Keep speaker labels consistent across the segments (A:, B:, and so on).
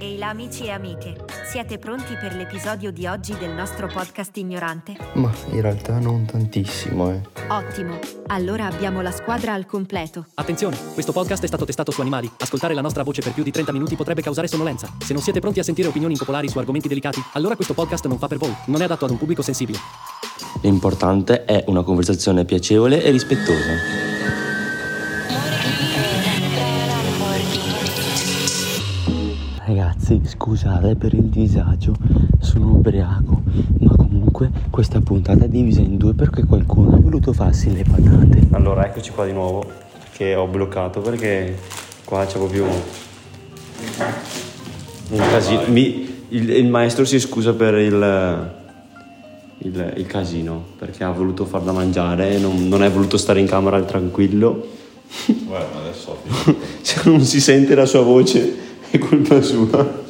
A: Ehi là, amici e amiche, siete pronti per l'episodio di oggi del nostro podcast ignorante?
B: Ma in realtà non tantissimo, eh.
A: Ottimo, allora abbiamo la squadra al completo.
C: Attenzione, questo podcast è stato testato su animali. Ascoltare la nostra voce per più di 30 minuti potrebbe causare sonnolenza. Se non siete pronti a sentire opinioni impopolari su argomenti delicati, allora questo podcast non fa per voi. Non è adatto ad un pubblico sensibile.
D: L'importante è una conversazione piacevole e rispettosa.
E: Ragazzi, scusate per il disagio, sono ubriaco, ma comunque questa puntata è divisa in due perché qualcuno ha voluto farsi le patate.
F: Allora, eccoci qua di nuovo, che ho bloccato perché qua c'è proprio un casino. Mi- il, il maestro si scusa per il, il- il casino, perché ha voluto far da mangiare, non, non è voluto stare in camera tranquillo. Se non si sente la sua voce è colpa sua.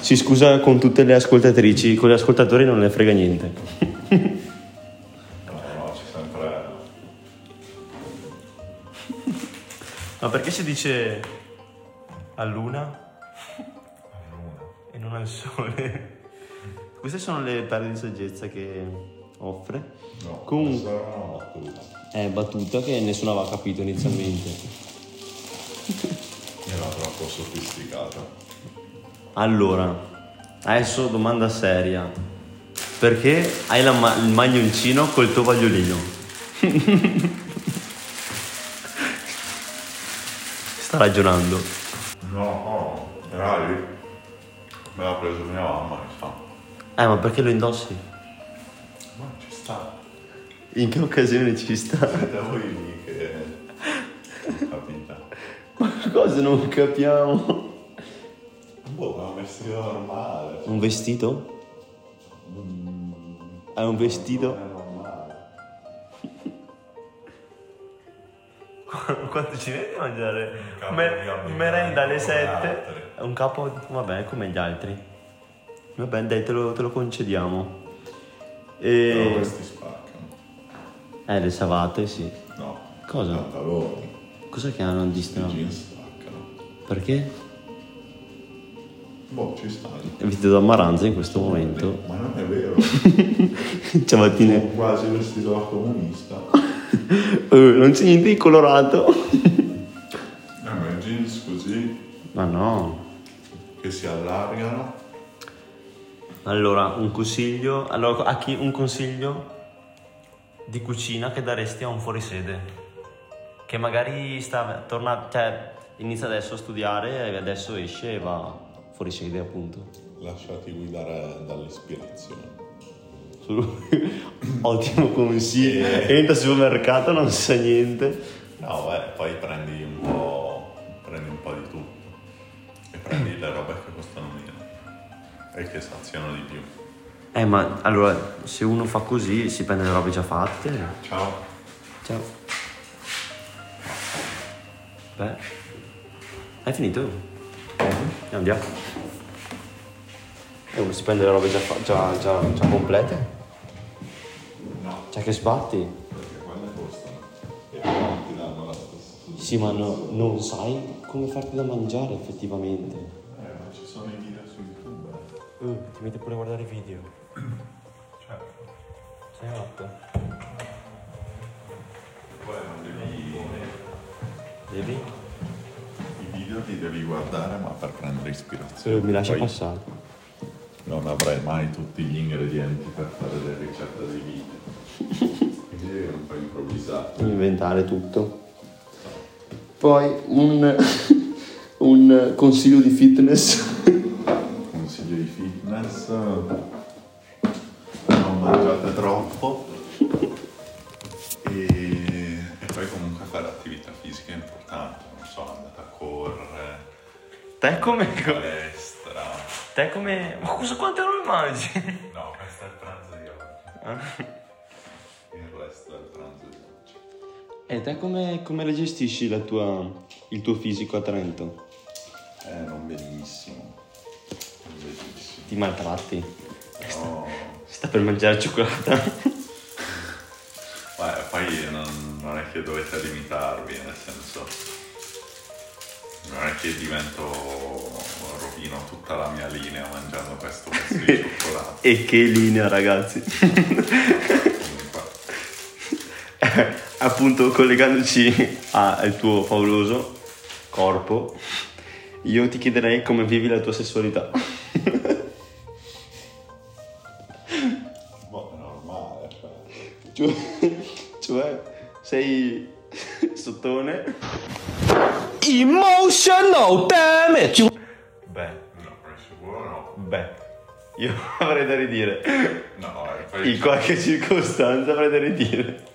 F: Si scusa con tutte le ascoltatrici, con gli ascoltatori non ne frega niente.
G: Ma perché si dice a luna? E non al sole?
F: Queste sono le perle di saggezza che offre. Comunque, è battuta che nessuno aveva capito inizialmente.
H: Era troppo sofisticata.
F: Allora, adesso domanda seria. Perché hai la ma- il maglioncino col tuo vagliolino? Sta ragionando.
H: No, oh, Rai me l'ha preso mia mamma, mi sa.
F: Eh, ma perché lo indossi?
H: Ma ci sta.
F: In che occasione ci sta?
H: Siete voi lì che... non Capita.
F: Qualcosa non capiamo.
H: Boh, ma è un vestito normale.
F: Un vestito? Mm. È un vestito?
H: Non è normale.
G: Quanto ci metti a mangiare?
H: capo
G: Me-
H: di abito,
G: merenda alle
H: come
G: 7.
H: altri.
F: È un capo, vabbè, come gli altri. Vabbè, dai, te lo, te lo concediamo.
H: Però
F: E...
H: questi spaccano.
F: Eh, le savate, sì.
H: No.
F: Cosa?
H: I pantaloni.
F: Cos'è che hanno di
H: I
F: strano?
H: jeans spaccano.
F: Perché?
H: Boh, ci sta.
F: Vestito da maranza in questo momento.
H: Ma non è vero.
F: Ciabattine.
H: Sono quasi vestito da comunista.
F: Eh, non c'è niente di colorato.
H: Eh, ma i jeans così,
F: Ma no.
H: che si allargano.
F: Allora, un consiglio. Allora, a chi un consiglio di cucina che daresti a un fuorisede? Che magari sta tornando, cioè inizia adesso a studiare e adesso esce e va fuori sede appunto.
H: Lasciati guidare dall'ispirazione.
F: Solo- Ottimo consiglio. Entra al supermercato, non sa niente.
H: No, beh, poi prendi un po', prendi un po' di tutto e prendi le robe che costano meno e che saziano di più.
F: Eh, ma allora, se uno fa così, si prende le robe già fatte.
H: Ciao.
F: Ciao. Beh, hai finito? Eh, Andiamo. E uno si prende Eh, le robe già, fa- già, già, già complete?
H: No,
F: Cioè, che sbatti?
H: perché quelle costano e poi ti danno la stessa.
F: Sì, ma no- non sai come farti da mangiare effettivamente. Mm,
H: Eh, ma ci sono i video su YouTube. eh. Certo.
F: ti metti pure a guardare i video. Cioè. Sei matto.
H: Poi non devi...
F: Devi?
H: I video ti devi guardare ma per prendere ispirazione.
F: Eh, mi lascia
H: Poi
F: passare.
H: Non avrai mai tutti gli ingredienti per fare delle ricette di video. Quindi è un po' improvvisato.
F: Inventare tutto.
E: Poi un, un consiglio di fitness.
H: Consiglio di fitness. Non mangiate troppo. E, e poi comunque fare attività fisica è importante, non so, andate a correre,
G: Te come.
H: palestra.
G: Te come. Ma cosa quante robe mangi?
H: No, questo è il pranzo di oggi. Il resto è il pranzo di oggi.
F: E Eh, te come, come la gestisci la tua, il tuo fisico a Trento?
H: Eh, non benissimo. Non benissimo.
F: Ti maltratti?
H: No.
F: Sta per mangiare cioccolata.
H: Beh, poi non, non è che dovete limitarvi, nel senso. Non è che divento tutta la mia linea mangiando questo pezzo di cioccolato.
F: E che linea, ragazzi.
H: Comunque,
F: Appunto, collegandoci a- al tuo favoloso corpo, io ti chiederei come vivi la tua sessualità.
H: boh, è normale. cioè.
F: Cioè, cioè, sei sottone.
I: Emotional, damn it!
F: Beh,
H: No, per sicuro no.
F: beh, io avrei da ridire.
H: No, è
F: In qualche circostanza avrei da ridire.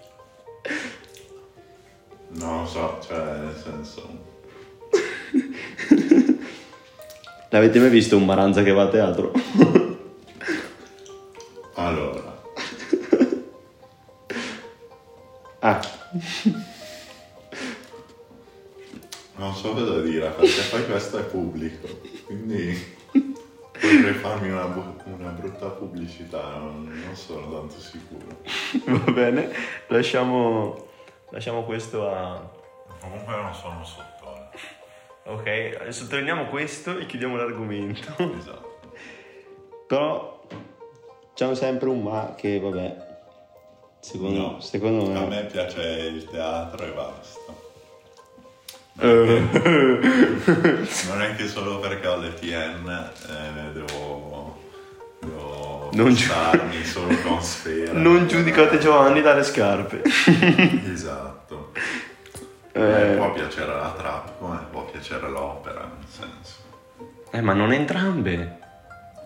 H: Non lo so, cioè, nel senso...
F: L'avete mai visto un maranza che va a teatro?
H: Allora,
F: Ah,
H: non so cosa dire, perché poi questo è pubblico, quindi potrei farmi una, bu- una brutta pubblicità, non, non sono tanto sicuro.
F: va bene, lasciamo, lasciamo questo a...
H: Comunque non sono eh. sottone.
F: Ok, sottolineiamo questo e chiudiamo l'argomento.
H: Esatto.
F: Però c'è sempre un ma che, vabbè, secondo,
H: No.
F: secondo me...
H: A me piace il teatro e basta.
F: Eh.
H: Non è che solo perché ho le TN eh, devo, devo
F: Non giu-
H: starmi solo con sfera.
F: Non giudicate Giovanni dalle scarpe.
H: Esatto. Eh, può piacere la trap come può piacere l'opera, nel senso.
F: Eh, ma non entrambe.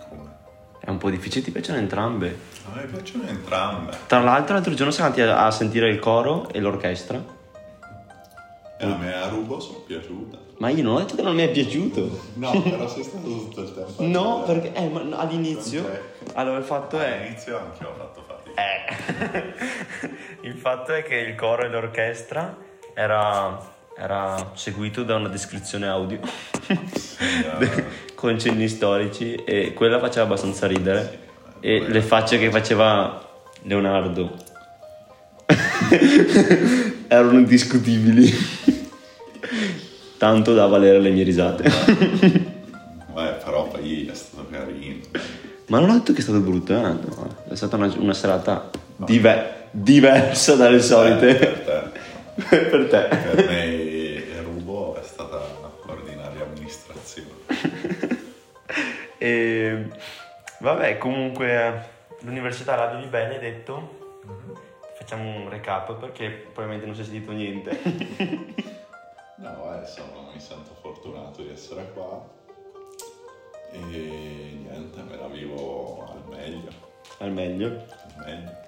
H: Come?
F: È un po' difficile, ti piacciono entrambe.
H: A me piacciono entrambe.
F: Tra l'altro, l'altro giorno siamo andati a, a sentire il coro e l'orchestra.
H: E a me a Rubo sono piaciuta.
F: Ma io non ho detto che non mi è piaciuto.
H: No, però sei stato tutto il tempo. a
F: No,
H: dire-
F: perché eh, ma no, all'inizio.
H: Ok.
F: Allora, il fatto è.
H: All'inizio anche ho fatto fatica.
F: Eh. il fatto è che il coro e l'orchestra era, era seguito da una descrizione audio con cenni storici e quella faceva abbastanza ridere e le facce che faceva Leonardo erano indiscutibili tanto da valere le mie risate
H: Beh, però poi è stato carino.
F: ma non ho detto che è stato brutto eh? no, è stata una, una serata diver- diversa dalle solite
H: Eh, Per te.
F: per te
H: Per me Rubo è stata ordinaria amministrazione.
F: E vabbè, comunque l'università la vivi bene, detto. Facciamo un recap perché probabilmente non si è sentito niente.
H: No, eh, sono, mi sento fortunato di essere qua e niente, me la vivo al meglio,
F: Al meglio.
H: al meglio.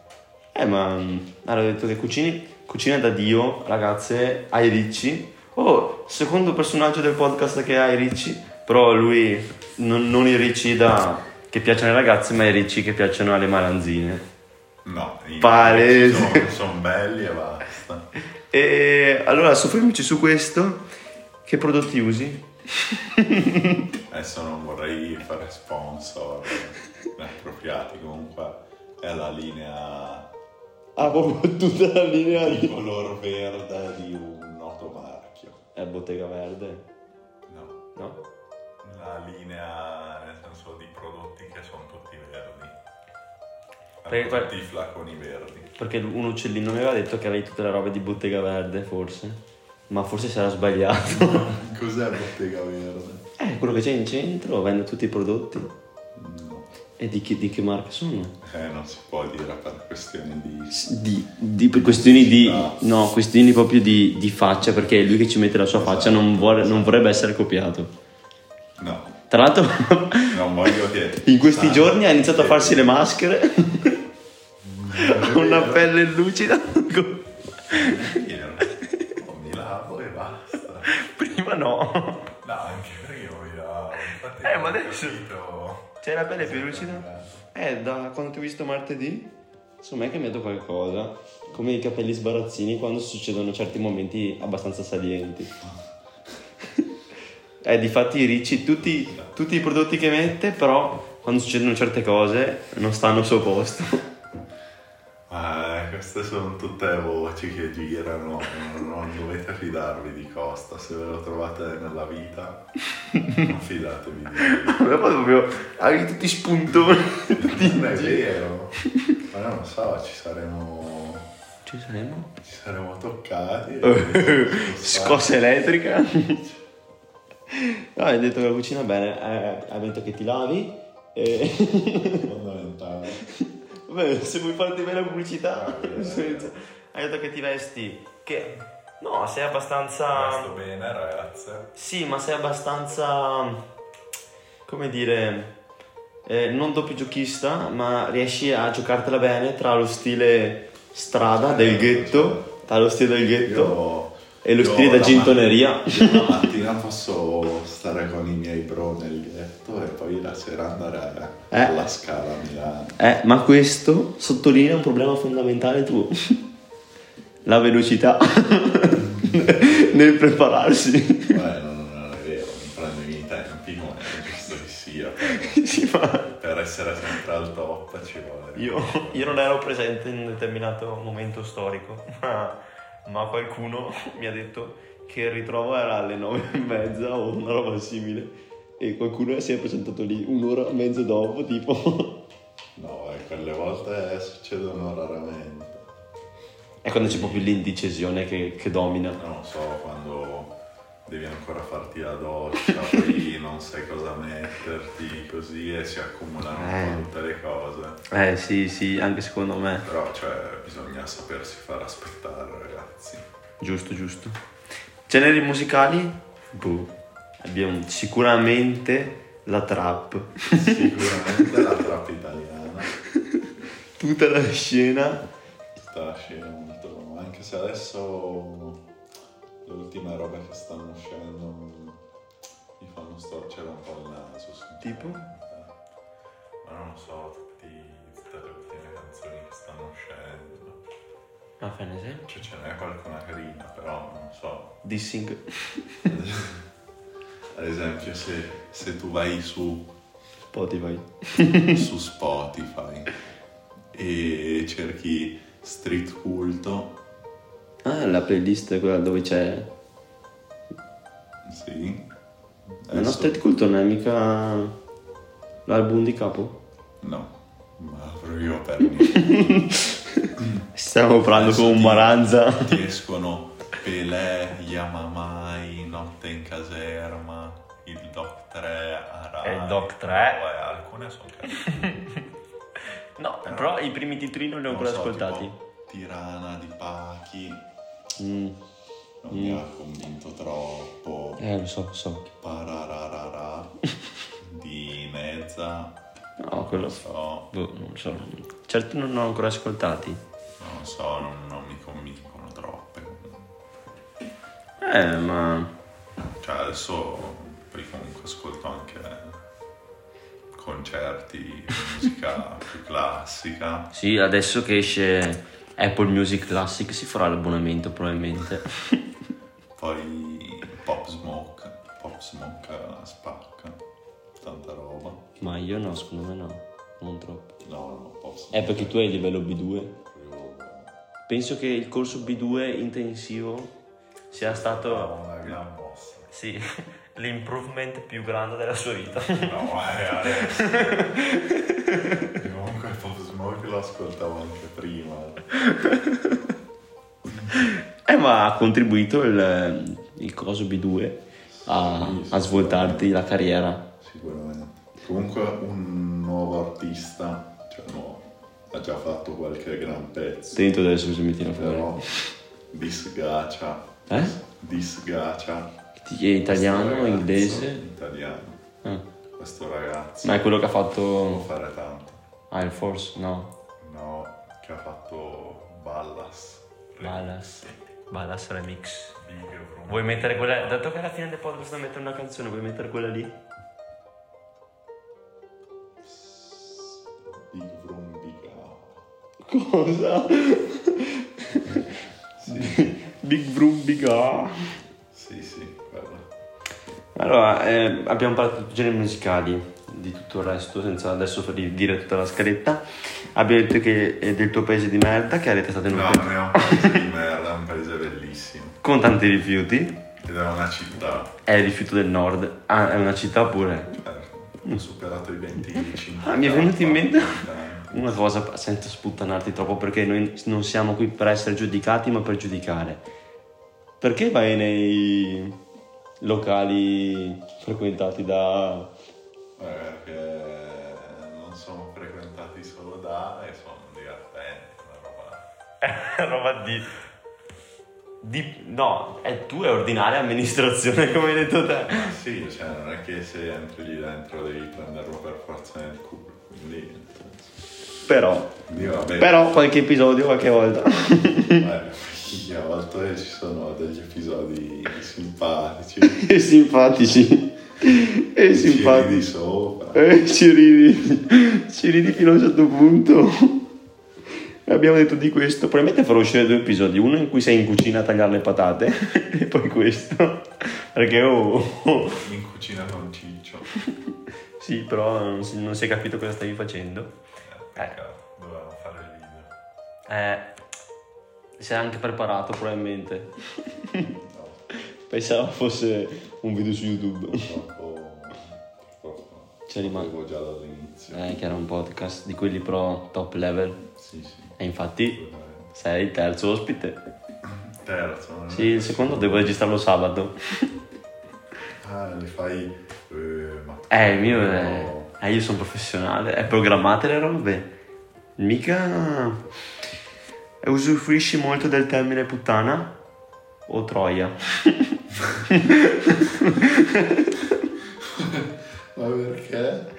F: Eh, ma mm, allora ho detto che cucini, cucina da Dio, ragazze, ai ricci. Oh, secondo personaggio del podcast che ha i ricci, però lui non, non i ricci da che piacciono ai ragazzi, ma i ricci che piacciono alle malanzine.
H: No, io
F: Palese.
H: Sono, sono belli e basta.
F: E allora soffermici su questo. Che prodotti usi?
H: Adesso non vorrei fare sponsor inappropriati, comunque è la linea
F: Ah, proprio tutta la linea
H: di color verde di un noto marchio.
F: È Bottega Verde?
H: No.
F: No?
H: La linea nel senso di prodotti che sono tutti verdi.
F: Perché que-
H: tutti i flaconi verdi.
F: Perché un uccellino mi aveva detto che avevi tutte le robe di Bottega Verde, forse. Ma forse si era sbagliato.
H: Cos'è bottega verde?
F: eh, quello che c'è in centro vende tutti i prodotti.
H: No.
F: E di che, di che marca sono?
H: Eh, non si può dire per questioni di.
F: Di, di- per questioni di...
H: Ah.
F: No, questioni proprio di, di faccia, perché lui che ci mette la sua faccia non, vuole, non vorrebbe essere copiato.
H: No,
F: Tra l'altro,
H: non voglio che.
F: in questi
H: Ah,
F: giorni ha iniziato a
H: che-
F: farsi le maschere. Ha una pelle lucida.
H: Vero. Oh, mi lavo e basta.
F: Prima no.
H: No, anche prima mi lavo. Infatti
F: Eh, ma
H: non ho
F: adesso-
H: capito.
F: C'hai la pelle più lucida? Eh, da quando ti ho visto martedì, su me è cambiato qualcosa. Come i capelli sbarazzini quando succedono certi momenti abbastanza salienti. eh, difatti i ricci, tutti, tutti i prodotti che mette, però quando succedono certe cose non stanno al suo posto.
H: Ma è queste sono tutte voci che girano, non, non dovete fidarvi di Costa, se ve lo trovate nella vita non fidatevi di lui.
F: Ma poi proprio avevi tutti spuntoni. tutti in
H: Non è
F: giro.
H: vero, ma non lo so, ci saremo,
F: Ci saremo?
H: ci saremo toccati.
F: Eh, Scossa elettrica. No, hai detto che la cucina bene, eh, hai detto che ti lavi. E...
H: Fondamentale.
F: Vabbè, se vuoi farti bene la pubblicità.
H: Ah,
F: senza-
J: Hai detto che ti vesti. Che. No, sei
F: Ah.
H: Sto
J: abbastanza.
H: bene ragazze.
J: Sì, ma sei abbastanza. Come dire. eh, non doppiochista, ma riesci a giocartela bene tra lo stile strada del ghetto, tra lo stile del ghetto.
H: Io-
J: E lo
H: io
J: stile da
H: la
J: gintoneria.
H: mat- io La mattina posso stare con i miei pro nel ghetto e poi la sera andare
F: Eh.
H: alla scala a Milano.
F: Eh, ma questo sottolinea un problema fondamentale tuo. La velocità nel prepararsi.
H: Beh, non, non è vero, mi prendo i miei tempi, ma è giusto che sia.
F: Sì, ma
H: Per essere sempre al top ci vuole.
J: Io, io non ero presente in un determinato momento storico, ma, ma qualcuno mi ha detto
F: che il ritrovo era alle nove e mezza o una roba simile. E qualcuno si è presentato lì un'ora e mezza dopo, tipo.
H: No, e quelle volte succedono raramente.
F: È quando c'è proprio l'indecisione che, che domina.
H: Non lo so, quando devi ancora farti la doccia, poi non sai cosa metterti, così e si accumulano
F: Eh.
H: un po' tutte le cose.
F: Eh sì, sì, anche secondo me.
H: Però, cioè, bisogna sapersi far aspettare, ragazzi.
F: Giusto, giusto. Generi musicali? Boh. Abbiamo sicuramente la trap.
H: Sicuramente la trap italiana
F: tutta la scena.
H: sta uscendo molto, anche se adesso le ultime robe che stanno uscendo mi fanno storcere un po' il naso. Tipo? Ma non lo so, tutti- tutte le ultime canzoni che stanno uscendo.
F: Ma Ah, fai un esempio?
H: Cioè, ce n'è qualcuna carina, però non so.
F: Dissing.
H: Ad esempio, se, se tu vai su,
F: Spotify.
H: su Spotify e cerchi street culto,
F: Ah, la playlist è quella dove c'è.
H: sì.
F: Ma no,
H: Adesso-
F: Street Cult non è mica. L'album di capo?
H: No, ma proprio per niente.
F: Stiamo parlando
H: Adesso
F: con un
H: ti-
F: Maranza.
H: Ti escono Pelé, Yamamai, Notte in caserma, il Doc 3, Arai.
J: Il Doc 3.
H: Vabbè, alcune sono carine.
J: No,
F: Però i primi titri non li ho
H: Non
F: ancora
H: so,
F: ascoltati.
H: tipo Tirana di Pachi.
F: Mm.
H: Non mi ha convinto troppo.
F: Eh, lo so, lo so.
H: Parararara di mezza.
F: No, quello.
H: Non so,
F: Boh, non lo so. Certo non ho ancora ascoltati.
H: non lo so, non, non mi convincono troppe.
F: Eh, ma.
H: Cioè adesso poi comunque ascolto anche concerti, musica più classica.
F: Sì, adesso che esce Apple Music Classic si farà l'abbonamento probabilmente.
H: Poi Pop Smoke. Pop Smoke spacca. Tanta roba.
F: ma io no, secondo me no. Non troppo.
H: No, no, Pop Smoke.
F: È perché tu hai il livello B2.
H: proprio
F: Penso che il corso B2 intensivo sia stato.
H: Una gran mossa.
J: sì, l'improvement più grande della sua vita.
H: No, eh, adesso. E comunque Pop Smoke lo ascoltavo anche prima.
F: Eh, ma ha contribuito il, il corso B2 a, a svoltarti la carriera.
H: Sicuramente. Comunque un nuovo artista, cioè no, ha già fatto qualche gran pezzo.
F: Sento adesso se mi tira fuori.
H: Però disgacia.
F: Eh?
H: Disgacia.
F: Ti- È italiano
H: Questo
F: o
H: ragazzo,
F: inglese?
H: Italiano.
F: Ah.
H: Questo ragazzo.
F: Ma è quello che ha
H: può
F: fatto
H: fare tanto.
F: Air Force? No.
H: No, che ha fatto Ballas.
F: Ballas.
J: Ballas Remix.
H: Big Room.
J: Vuoi mettere quella. Dato che alla fine del podcast devo mettere una canzone, vuoi mettere quella lì?
H: Big Vroom Big Out.
F: Cosa? big Vroom Big A.
H: Sì, sì, quello.
F: Allora, eh, abbiamo parlato di generi musicali, di tutto il resto, senza adesso far di- dire tutta la scaletta. Abbiamo detto che è del tuo paese di merda, che avete stato in un
H: No,
F: paese-
H: non è un paese di merda, è un paese bellissimo.
F: con tanti rifiuti.
H: Ed è una città.
F: È il rifiuto del nord. Ah, è una città pure.
H: eh, Ha superato i 20 50,
F: Mm. Ah, mi è venuto in mente
H: 40.
F: una cosa senza sputtanarti troppo, perché noi non siamo qui per essere giudicati, ma per giudicare. Perché vai nei locali frequentati da
H: Eh, Perché non sono frequentati solo da e sono divertenti, una roba.
F: roba di, di- no, è tu è ordinaria amministrazione, come hai detto te.
H: Ma sì, cioè non è che se entri lì dentro devi prenderlo per forza nel culo. Quindi, nel senso-
F: Però,
H: quindi va bene.
F: però qualche episodio qualche volta.
H: Eh, a volte ci sono degli episodi simpatici.
F: e simpatici. E
H: Simpatici di
F: simpatici.
H: sopra.
F: Eh, ci ridi, ci ridi fino a un certo punto. Abbiamo detto di questo. Probabilmente farò uscire due episodi: uno in cui sei in cucina a tagliare le patate, e poi questo. Perché, oh,
H: In cucina con Ciccio.
F: sì, però non si, non si è capito cosa stavi facendo.
H: Peccato, dovevamo fare il video.
F: Eh, si era anche preparato, probabilmente. Pensavo fosse un video su YouTube.
H: Troppo. troppo.
F: C'è rimasto.
H: Avevo già dall'inizio.
F: Eh, che era un podcast di quelli pro top level.
H: Sì, sì.
F: E infatti
H: veramente.
F: sei il terzo ospite.
H: Terzo. non è?
F: Sì, il secondo devo registrarlo sabato.
H: Ah, le fai. eh, ma
F: Eh, il mio è...
H: no.
F: Eh, io sono professionale. È programmate le robe. Mica... e Usufruisci molto del termine puttana o troia.
H: Ma perché?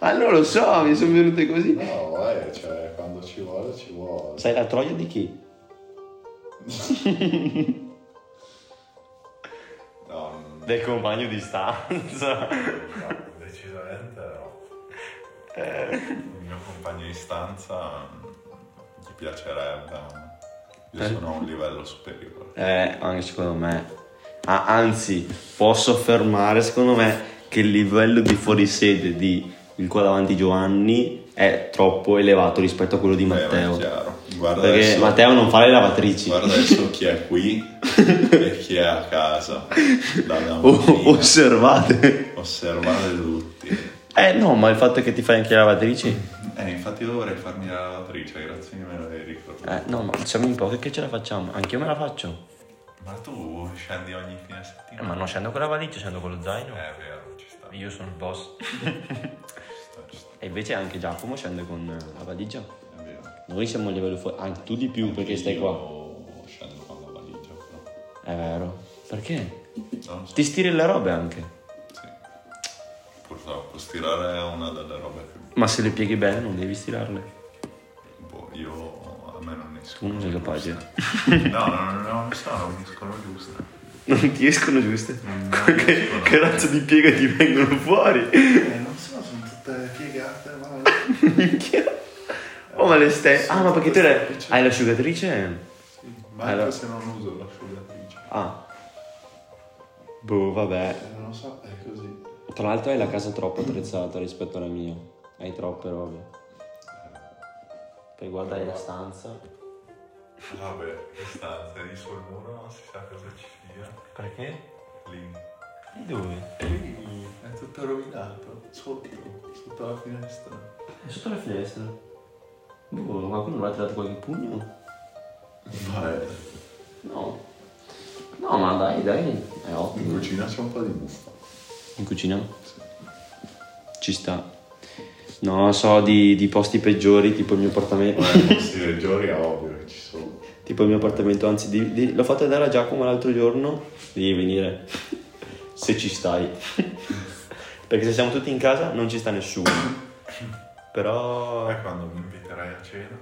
F: Allora Ah, lo so, mi sono venute così.
H: No, eh, cioè, quando ci vuole, ci vuole.
F: Sai la troia di chi?
H: No, non-
F: Del compagno di stanza.
H: no, decisamente no.
F: Eh.
H: Il mio compagno di stanza mm, gli piacerebbe. Io
F: Eh.
H: sono a un livello superiore.
F: Eh, anche secondo me. Ah, anzi, posso affermare, secondo me, che il livello di fuorisede di il qua davanti Giovanni è troppo elevato rispetto a quello di
H: Eh, Beh, ma
F: Matteo.
H: è chiaro. Guarda
F: Perché
H: adesso-
F: Matteo non fa le lavatrici.
H: Guarda adesso chi è qui e chi è a casa. Dalla
F: O-
H: mattina.
F: Oh, osservate.
H: Osservate tutti.
F: Eh no, ma il fatto è che ti fai anche le lavatrici.
H: Eh, infatti io dovrei farmi la lavatrice, grazie di me l'hai ricordato.
F: Eh no, ma siamo in pochi che ce la facciamo. Anch'io me la faccio.
H: Ma tu scendi ogni fine
F: Eh,
H: settimana?
F: ma non scendo con la valigia, scendo con lo zaino.
H: Eh, è vero, ci sta,
F: Io sono il boss.
H: ci sta, ci sta,
F: E invece anche Giacomo scende con eh, la valigia.
H: è vero.
F: Noi siamo a livello fuori, anche tu di più perché stai qua.
H: Io scendo con la valigia, però.
F: È vero. Perché?
H: Non lo so,
F: Ti stiri le robe anche.
H: sì. Purtroppo stirare è una delle robe più...
F: Ma se le pieghi bene non devi stirarle.
H: Boh, io a me non ne
F: Tu
H: escono
F: non sei capace.
H: giuste. No, no, no, non ne so, non mi escono giuste.
F: Non ti escono giuste?
H: Non mi escono.
F: razza di piega ti vengono fuori?
H: Eh, non so, sono tutte piegate, ma...
F: Minchia. Oh ma le stai. Ah ma perché tu le-
H: Sì.
F: hai l'asciugatrice?
H: Ma anche
F: Allora.
H: se non uso l'asciugatrice.
F: Ah. Boh vabbè.
H: Eh, non lo so, è così.
F: Tra l'altro hai la casa troppo attrezzata rispetto alla mia. Hai troppe robe. Poi guarda hai la stanza.
H: Vabbè, che stanza lì sul muro non si sa cosa ci sia.
F: Perché?
H: Lì.
F: E dove?
H: E lì è tutto rovinato, sotto, sotto la finestra.
F: È sotto la finestra. Boh, qualcuno l'ha tirato qualche pugno?
H: Vabbè,
F: No. No, ma dai, dai, è
H: in
F: ottimo.
H: cucina c'è un po' di muffa.
F: In cucina? Ci sta. No, so di, di posti peggiori, tipo il mio appartamento.
H: Ma i posti peggiori è ovvio che ci sono.
F: tipo il mio appartamento, anzi, di- di- l'ho fatto dare a Giacomo l'altro giorno. Devi venire. se ci stai. Perché se siamo tutti in casa non ci sta nessuno. Però.
H: Poi quando mi inviterai a cena,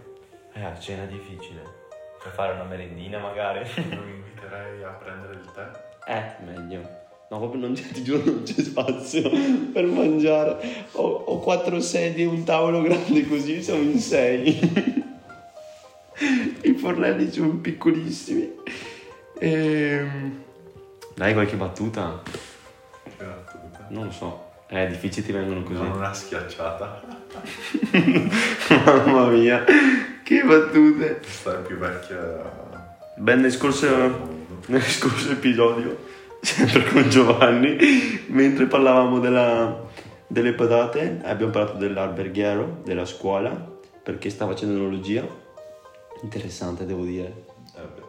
F: Eh, a cena è difficile. Per fare una merendina magari.
H: non mi inviterai a prendere il tè.
F: Eh, meglio. No, proprio non c'è, ti giuro, non c'è spazio per mangiare. Ho, ho quattro sedie e un tavolo grande così, siamo in sei. I fornelli sono piccolissimi. Ehm, Dai, qualche battuta?
H: Che battuta.
F: Non lo so. Eh, difficili ti vengono così.
H: Non una schiacciata.
F: Mamma mia, che battute.
H: Questa è più vecchia.
F: Ben nel scorso, nel scorso episodio, sempre con Giovanni, mentre parlavamo della- delle patate, abbiamo parlato dell'alberghiero, della scuola, perché sta facendo enologia. Interessante, devo dire.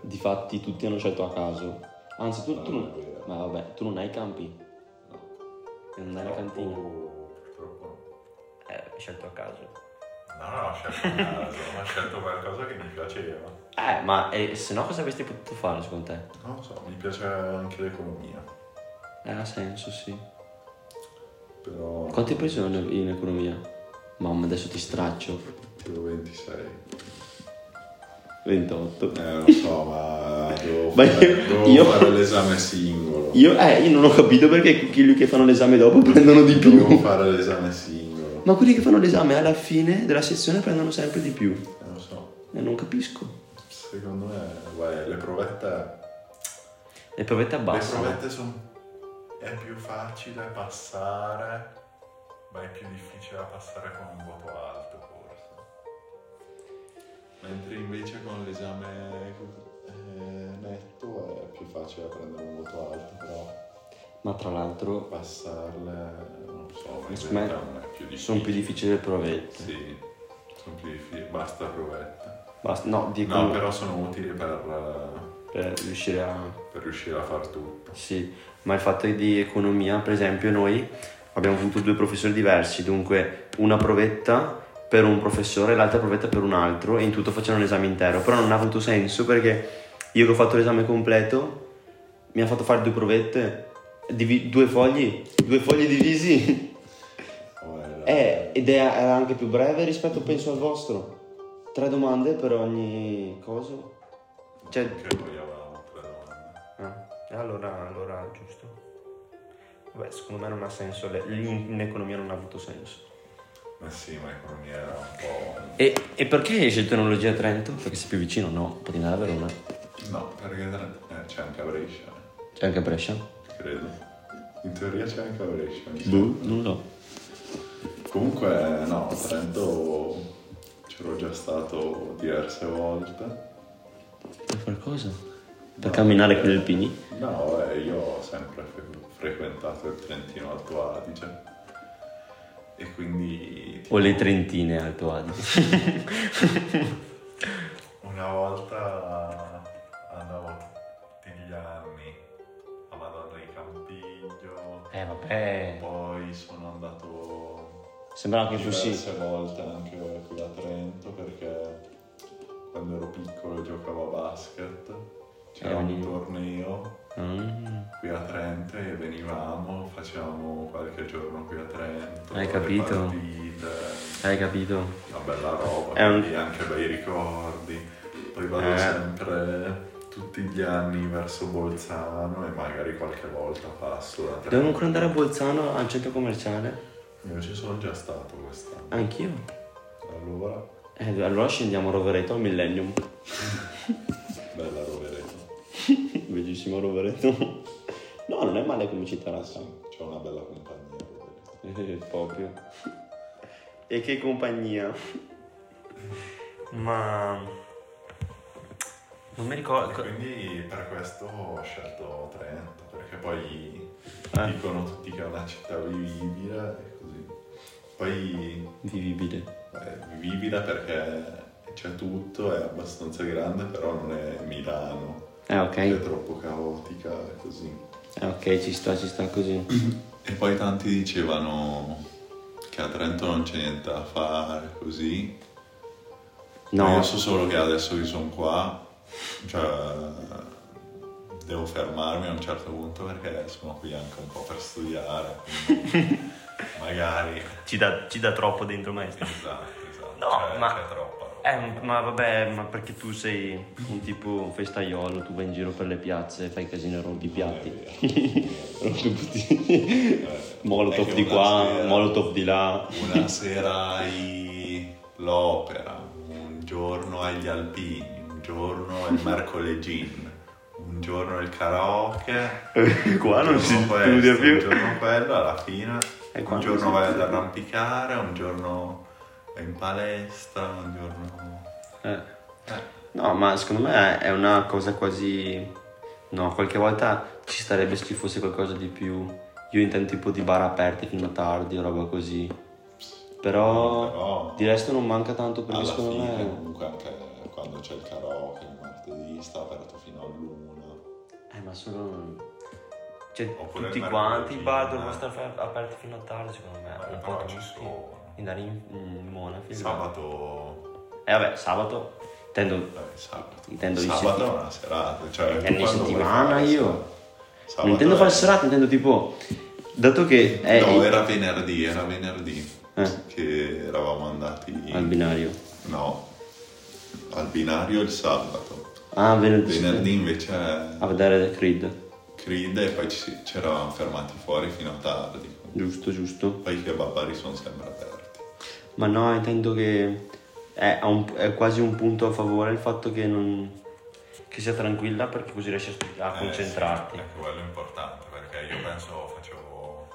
F: Difatti tutti hanno scelto a caso. Anzi, tu, tu Ah, non, ma vabbè, tu non hai campi. E Non hai la cantina.
H: Purtroppo.
F: Eh, scelto a caso.
H: No, no, ho scelto un caso, ma ho scelto qualcosa che mi piaceva.
F: Eh, ma eh, se no cosa avresti potuto fare secondo te?
H: Non lo so, mi piace anche l'economia.
F: Eh, ha senso, sì.
H: Però.
F: Quanti pesi sono in, in economia? Mamma, adesso ti straccio.
H: Tipo 26.
F: 28.
H: Eh, lo so, ma devo
F: Ma
H: fare,
F: io-
H: devo
F: io-
H: fare l'esame singolo.
F: Io, eh, io non ho capito perché quelli che fanno l'esame dopo prendono di
H: Devo
F: più.
H: fare l'esame singolo.
F: Ma quelli che fanno l'esame alla fine della sezione prendono sempre di più.
H: Eh, lo so.
F: E non capisco.
H: Secondo me, guarda, le provette.
F: Le provette abbassano.
H: Le provette sono. È più facile passare, ma è più difficile passare con un voto alto, forse. Mentre invece con l'esame eh, netto è più facile prendere un voto alto, però
F: Ma tra l'altro
H: passarle, non so, Oh, ma in
F: Secondo me
H: realtà non è più difficile.
F: sono più difficili le provette.
H: Sì, sono più difficili. Basta provette.
F: Basta, no, dico
H: No, però sono utili per,
F: per riuscire a
H: per riuscire a far tutto.
F: Sì, ma il fatto di economia, per esempio, noi abbiamo avuto due professori diversi, dunque una provetta per un professore e l'altra provetta per un altro e in tutto facevano l'esame intero, però non ha avuto senso perché io che ho fatto l'esame completo mi ha fatto fare due provette, divi- due fogli, due fogli divisi
H: Ora-
F: Eh, ed è- era anche più breve rispetto penso al vostro. Tre domande per ogni cosa. Cioè,
H: Che noi avevamo tre domande.
F: Ah, e allora, allora giusto. Beh, secondo me non ha senso, le- in, in economia non ha avuto senso.
H: Ma sì, ma economia era un po'.
F: E, e perché hai scelto enologia a Trento? Perché sei più vicino, no? Potevi andare a Verona.
H: No, perché eh, c'è anche a Brescia, eh,
F: C'è anche a Brescia?
H: credo. In teoria c'è anche a Brescia. mi sa.
F: non lo
H: Comunque, no, a Trento c'ero già stato diverse volte.
F: so. Per qualcosa? Per camminare con il Pini?
H: No, eh, io ho sempre fre- frequentato il Trentino Alto Adige e quindi tipo,
F: O le Trentine Alto Adige?
H: una volta andavo tutti gli anni a Madonna di Campiglio,
F: Eh vabbè.
H: poi sono andato
F: Sembrava che fossi...
H: diverse volte anche qui a Trento perché quando ero piccolo giocavo a basket, c'era
F: Eh,
H: un
F: ogni-
H: torneo
F: Mm.
H: qui a Trento e venivamo, facevamo qualche giorno qui a Trento.
F: Hai
H: le
F: capito?
H: partite,
F: Hai capito?
H: una bella roba,
F: È un-
H: quindi anche bei ricordi. Poi vado
F: Eh.
H: sempre tutti gli anni verso Bolzano e magari qualche volta passo da Trento.
F: Devo ancora andare a Bolzano al centro commerciale?
H: Io ci sono già stato quest'anno.
F: Anch'io.
H: Allora,
F: Eh, allora scendiamo a Rovereto al Millennium.
H: bella roveretta.
F: Bellissimo Rovereto. No, non è male come città, razza.
H: C'è una bella compagnia. Rovereto.
F: Eh, proprio. E che compagnia. Ma... Non mi
H: E
F: ricordo...
H: quindi per questo ho scelto Trento, perché poi
F: Eh.
H: dicono tutti che è una città vivibile e così. Poi
F: Vivibile.
H: è vivibile perché c'è tutto, è abbastanza grande, però non è Milano,
F: Eh
H: che è
F: ok,
H: troppo caotica e così.
F: eh, ok, ci sta, ci sta così.
H: E poi tanti dicevano che a Trento non c'è niente da fare, così.
F: No.
H: Io so solo che adesso che sono qua, cioè, devo fermarmi a un certo punto perché sono qui anche un po' per studiare. quindi magari.
J: Ci dà, ci dà troppo dentro maestro.
H: Esatto, esatto.
J: No,
H: cioè,
J: ma-
H: C'è troppa.
F: Eh, ma vabbè, ma perché tu sei un tipo festaiolo, tu vai in giro per le piazze, fai casino e rompi i piatti. rompi Eh, tutti. molotov
H: eh. che
F: di
H: una
F: qua,
H: sera-
F: molotov di là.
H: Una sera ai- l'opera, un giorno agli alpini, un giorno il mercoledì, un giorno il karaoke.
F: Eh, Qua
H: un giorno questo, Un giorno quello, alla fine.
F: E
H: Un
F: quando
H: giorno
F: Eh, si-
H: vai ad arrampicare, un giorno vai in palestra, un giorno...
F: Eh.
H: Eh.
F: No, ma secondo me è una cosa quasi... No, qualche volta ci starebbe se ci fosse qualcosa di più. Io intendo tipo di bar aperti fino a tardi, roba così. Però,
H: Però-
F: di resto non manca tanto perché
H: Alla
F: secondo
H: fine,
F: me...
H: comunque, anche quando c'è il karaoke, il martedì sta aperto fino all'una.
F: Eh, ma solo... Cioè,
H: Oppure
F: tutti
H: il
F: quanti i bar
H: mercoledì,
F: devono
H: eh.
F: stare fe- aperti fino a tardi, secondo me.
H: Eh,
F: Un
H: però
F: po'
H: ci
F: tutti.
H: sono.
F: Andare in, in monafi.
H: Sabato...
F: Eh, vabbè, sabato. Intendo
H: eh, sabato.
F: Intendo ogni
H: sabato è
F: settimana.
H: una serata, cioè...
F: È ogni
H: quando vuoi
F: settimana
H: fare,
F: io.
H: sabato
F: non intendo
H: è-
F: fare serata, intendo tipo. Dato che è
H: No,
F: il-
H: era venerdì, era venerdì.
F: Eh.
H: Che eravamo andati...
F: al binario.
H: No, al binario il sabato.
F: Ah, venerdì.
H: Venerdì invece è
F: A vedere Creed.
H: Creed e poi ci, ci eravamo fermati fuori fino a tardi.
F: Giusto, giusto.
H: Poi i kebabari sono sempre aperti.
F: Ma no, intendo che è, a un- è quasi un punto a favore il fatto che non. che sia tranquilla perché così riesci a, stu-
H: Eh,
F: a concentrarti.
H: Anche ecco, quello è importante perché io penso facevo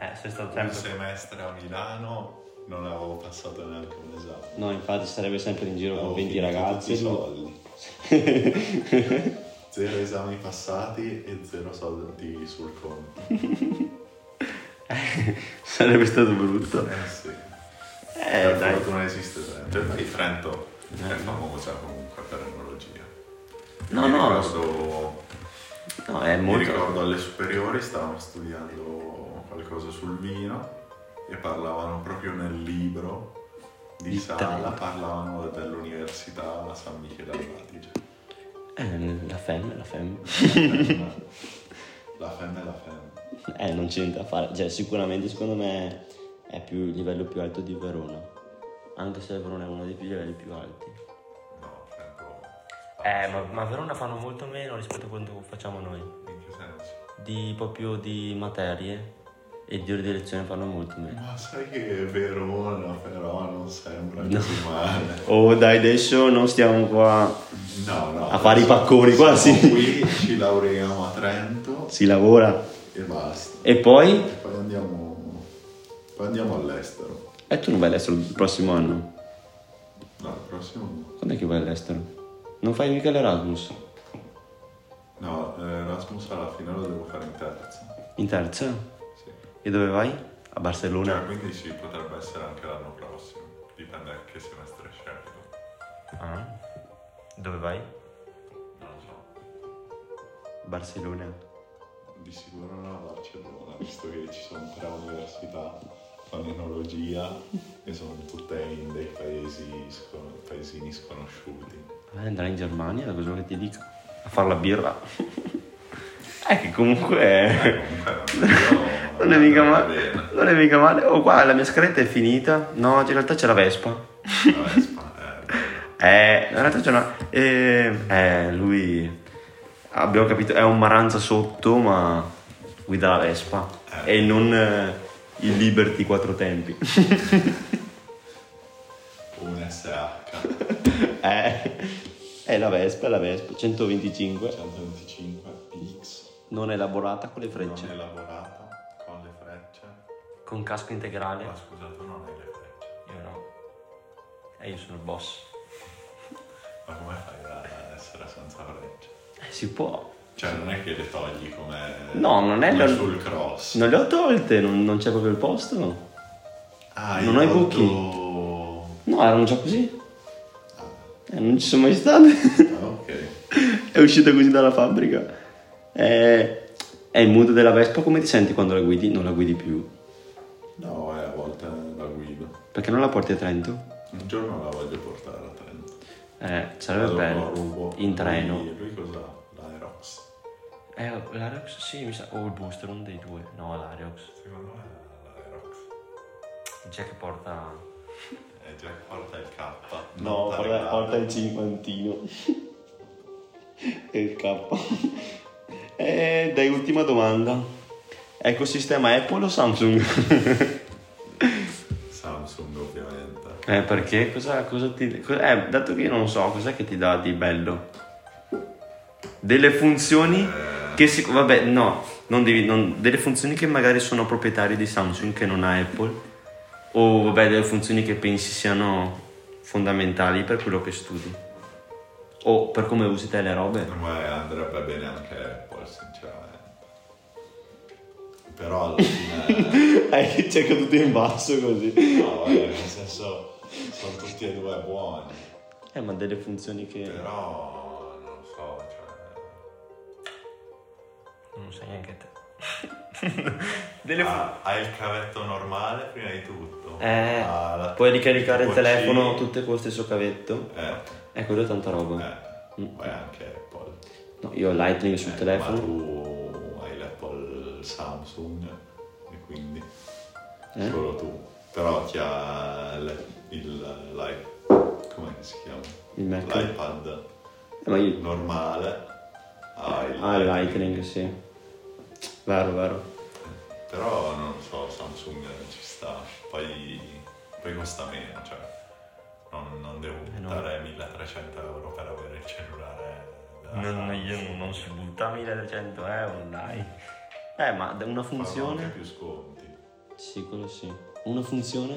F: Eh, sei stato
H: un
F: sempre.
H: semestre a Milano, non avevo passato neanche un esame.
F: No, infatti sarebbe sempre in giro con
H: Avevo
F: 20
H: finito
F: ragazzi.
H: Oh, tutti i soldi. Zero esami passati e zero soldi sul conto.
F: sarebbe stato brutto.
H: Eh sì.
F: Eh,
H: per
F: dai.
H: fortuna esiste Trento. E poi Trento è famosa comunque per l'enologia.
F: No,
H: mi
F: no, lo so.
H: Ricordo,
F: No, è
H: mi
F: molto.
H: ricordo alle superiori stavamo studiando qualcosa sul vino e parlavano proprio nel libro di,
F: Di
H: sala,
F: Trento.
H: parlavano dell'università San Michele al Adige.
F: Eh, la femme, la femme.
H: La femme è la femme.
F: Eh, non c'è niente da fare. Cioè, sicuramente secondo me è più il livello più alto di Verona. Anche se Verona è uno dei livelli più alti.
H: No, ecco. Trento.
F: Eh, ma, ma Verona fanno molto meno rispetto a quanto facciamo noi.
H: In che senso?
F: Di proprio di materie e di ore di lezione fanno molto meno.
H: Ma sai che Verona però non sembra così male.
F: Oh dai, adesso non stiamo qua.
H: No, no.
F: A fare i pacconi qua,
H: siamo
F: sì.
H: Qui ci laureiamo a Trento
F: Si lavora.
H: e basta.
F: E poi?
H: E poi andiamo, poi andiamo all'estero.
F: E tu non vai all'estero il prossimo anno?
H: No, il prossimo no.
F: Quando è che vai all'estero? Non fai mica l'Erasmus?
H: No, Erasmus alla fine lo devo fare in terza.
F: In terza?
H: Sì.
F: E dove vai? A Barcellona.
H: Cioè, quindi sì, potrebbe essere anche l'anno prossimo. Dipende da che semestre scelgo.
F: Ah. Dove vai?
H: Non lo so.
F: Barcellona.
H: Di sicuro non a Barcellona, visto che ci sono tre università, fanno enologia e sono tutte in dei paesi, scon- paesini sconosciuti.
F: Vai andare in Germania, cosa vuoi che ti dica? A fare la birra. eh, che comunque è... Non è mica male. Non è mica male. Oh, qua la mia scaletta è finita. No, in realtà c'è la Vespa. Eh, in realtà c'è una... Eh, eh, lui... Abbiamo capito, è un maranza sotto, ma guida la Vespa. E non eh, il Liberty quattro tempi.
H: Un SH
F: Eh, è la Vespa, è la Vespa, 125,
H: 125 X
F: non elaborata con le
H: non
F: frecce.
H: elaborata con le frecce.
F: Con casco integrale?
H: Ma scusa, tu non hai le frecce.
F: Ah, Io no. E Eh, io sono il boss.
H: Ma come fai ad essere senza frecce?
F: Eh, si può.
H: Cioè, non è che le togli come
F: No, non è
H: come
F: lo-
H: sul cross.
F: Non le ho tolte, non, non c'è proprio il posto.
H: Ah,
F: non hai
H: buchi.
F: No, erano già così. Eh, non ci sono mai state.
H: Ah, ok.
F: è uscita così dalla fabbrica. Eh, è il mood della Vespa, come ti senti quando la guidi? Non la guidi più.
H: No, eh, a volte la guido.
F: Perché non la porti a Trento?
H: Un giorno la voglio portare a Trento.
F: Eh,
H: La
F: sarebbe
H: rubo-
F: bello.
H: rubo.
F: In treno.
H: Lui, lui cos'ha? L'Aerox.
F: Eh, l'Areox sì, mi sa. O il booster, uno dei due. No, l'Areox.
H: Secondo me è l'Aerox.
F: C'è che porta.
H: E già porta il K.
F: No,
H: non
F: porta,
H: Targa.
F: porta il cinquantino. e il K. E dai, ultima domanda. Ecosistema Apple o Samsung?
H: Samsung ovviamente.
F: eh, perché? Cosa, cosa ti. co- eh, dato che io non so, cos'è che ti dà di bello? Delle funzioni che si. Vabbè, no.
J: non devi- non- delle funzioni che magari sono proprietarie di Samsung che non ha Apple o vabbè delle funzioni che pensi siano fondamentali per quello che studi o per come usi te le robe.
H: Ma andrebbe bene anche Apple, sinceramente. Però alla fine...
F: Hai cercato tutto in basso così.
H: no, eh, nel senso, sono tutti e due buoni.
J: Eh, ma delle funzioni che...
H: Però, non lo so, cioè...
J: Non sai neanche te. Ah.
H: ha, ha Ah, il cavetto normale prima di tutto.
J: Eh,
F: Ah,
H: Ha la-
J: puoi ricaricare il
H: tipo C.
J: telefono tutte con lo stesso cavetto.
H: Eh,
J: Eh, quello è tanta roba.
H: eh. Poi anche Apple.
J: No, io ho Lightning sul
H: Eh, Ma
J: telefono.
H: tu hai l'Apple Samsung e quindi
J: Eh?
H: solo tu. Però chi ha l- il l'i- come si chiama?
J: Il Mac.
H: L'iPad
J: Eh, ma io...
H: normale ha il
J: Ah, il Lightning, sì. Vero, vero.
H: Però non lo so, Samsung ci sta, poi, poi costa meno, cioè non, non devo
F: Eh
H: buttare 1300 euro per avere il cellulare. da-
J: io non si butta 1300 euro, dai. Eh, ma d- una
H: fanno
J: funzione?
H: anche più sconti.
J: Sì, quello sì. Una funzione?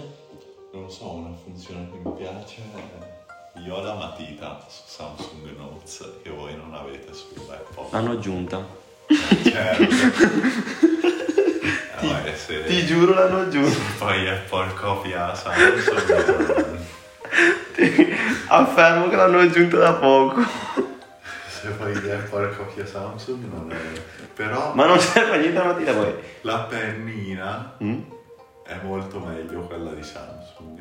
H: Non lo so, una funzione che mi piace. Io ho la matita su Samsung Notes che voi non avete
F: Ah,
H: sull'iPhone.
J: L'hanno aggiunta.
H: Certo. Eh, vabbè, se
F: Ti giuro l'hanno aggiunto.
H: poi Apple copia Samsung,
F: Affermo che l'hanno aggiunto da poco.
H: se poi Apple copia Samsung non è... Però
F: Ma non serve a niente la mattina poi.
H: la pennina
F: Mm?
H: è molto meglio quella di Samsung.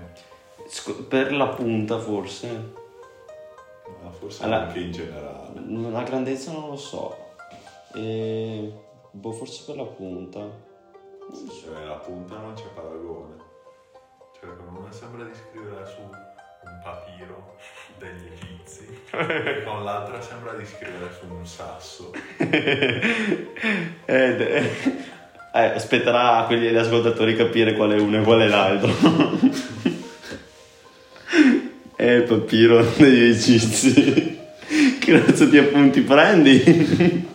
F: Sc- per la punta forse.
H: Ma forse
F: Allora-
H: anche in generale.
F: La grandezza non lo so. E... Boh, forse per la punta.
H: Cioè, la punta non c'è paragone. Cioè, non sembra di scrivere su un papiro degli egizi, e con l'altra sembra di scrivere su un sasso.
F: Ed, eh, eh, aspetterà a quelli gli ascoltatori capire qual è uno e qual è l'altro. eh, papiro degli egizi. Che razza di appunti prendi?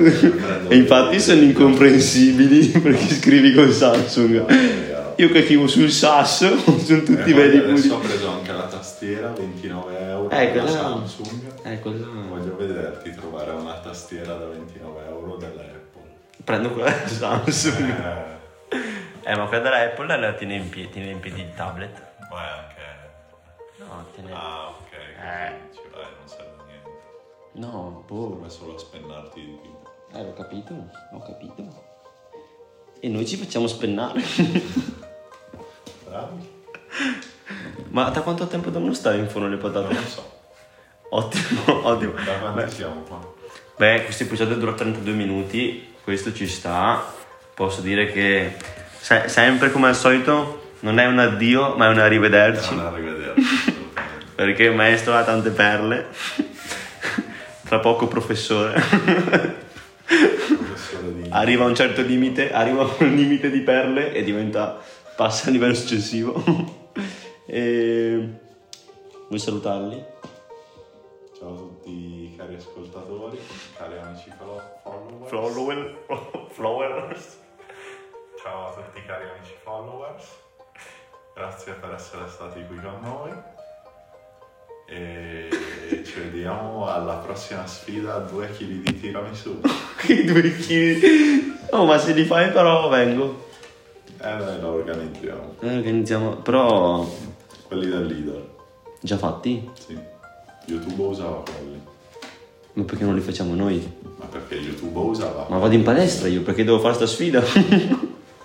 F: e infatti sono incomprensibili perché scrivi con Samsung. Io che scrivo sul sasso sono tutti
H: E poi
F: belli
H: Eh, adesso ho
F: punti.
H: preso anche la tastiera, 29 euro
F: Eh,
H: della
F: quella-
H: Samsung.
F: Eh, quella...
H: Voglio vederti trovare una tastiera da 29 euro della Apple.
F: Prendo quella da Samsung.
H: Eh,
J: Eh, ma quella della Apple la tiene in piedi, tiene in piedi il tablet.
H: ma è anche...
J: No, tiene...
H: Ah, ok, così
J: Eh.
H: dici, vai, non serve a niente.
F: No, boh,
H: Serve solo a spennarti di più.
F: Eh, l'ho capito, ho capito. E noi ci facciamo spennare.
H: Bravi.
F: Ma da quanto tempo devono stare in forno le patate?
H: Non lo so.
F: Ottimo, ottimo.
H: Da quanti
F: Beh,
H: siamo qua?
J: Beh, questo episodio dura 32 minuti, questo ci sta. Posso dire che se- sempre come al solito non è un addio, ma è un arrivederci.
H: Non arrivederci. assolutamente.
J: Perché il maestro ha tante perle. Tra poco professore.
H: Professore di
J: Arriva a un certo limite, arriva a un limite di perle e diventa passa a livello successivo.
F: e... Vuoi salutarli?
H: Ciao a tutti cari ascoltatori, cari amici follow- followers.
J: Flowell. Flower.
H: Ciao a tutti cari amici followers. Grazie per essere stati qui con noi. E ci vediamo alla prossima sfida a 2 kg di tiramisù.
F: Che due chili. Oh, ma se li fai però vengo.
H: E noi lo organizziamo.
F: Eh, organizziamo, però...
H: Quelli del leader.
F: Già fatti?
H: Sì. YouTube usava quelli.
F: Ma perché non li facciamo noi?
H: Ma perché YouTube usava?
F: Ma vado in palestra io, perché devo fare sta sfida?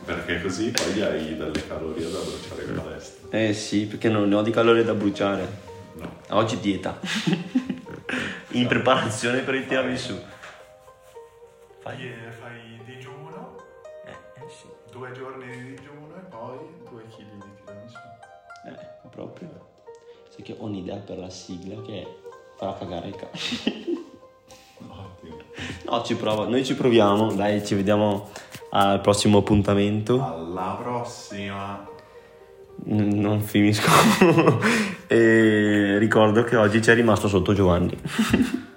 H: Perché così poi hai delle calorie da bruciare in palestra.
F: eh sì, perché non ne ho di calorie da bruciare.
H: No.
F: Oggi dieta.
J: In preparazione per il tiramisù.
F: Eh,
H: Fai, fai digiuno,
J: Eh, eh sì.
H: due giorni di digiuno e poi due kg di tiramisù.
F: Eh, proprio. Sai che ho un'idea per la sigla che farà cagare il cazzo.
H: Ottimo.
F: No, ci provo, noi ci proviamo, dai, ci vediamo al prossimo appuntamento.
H: Alla prossima.
F: N- non finisco. e ricordo che oggi c'è rimasto sotto Giovanni.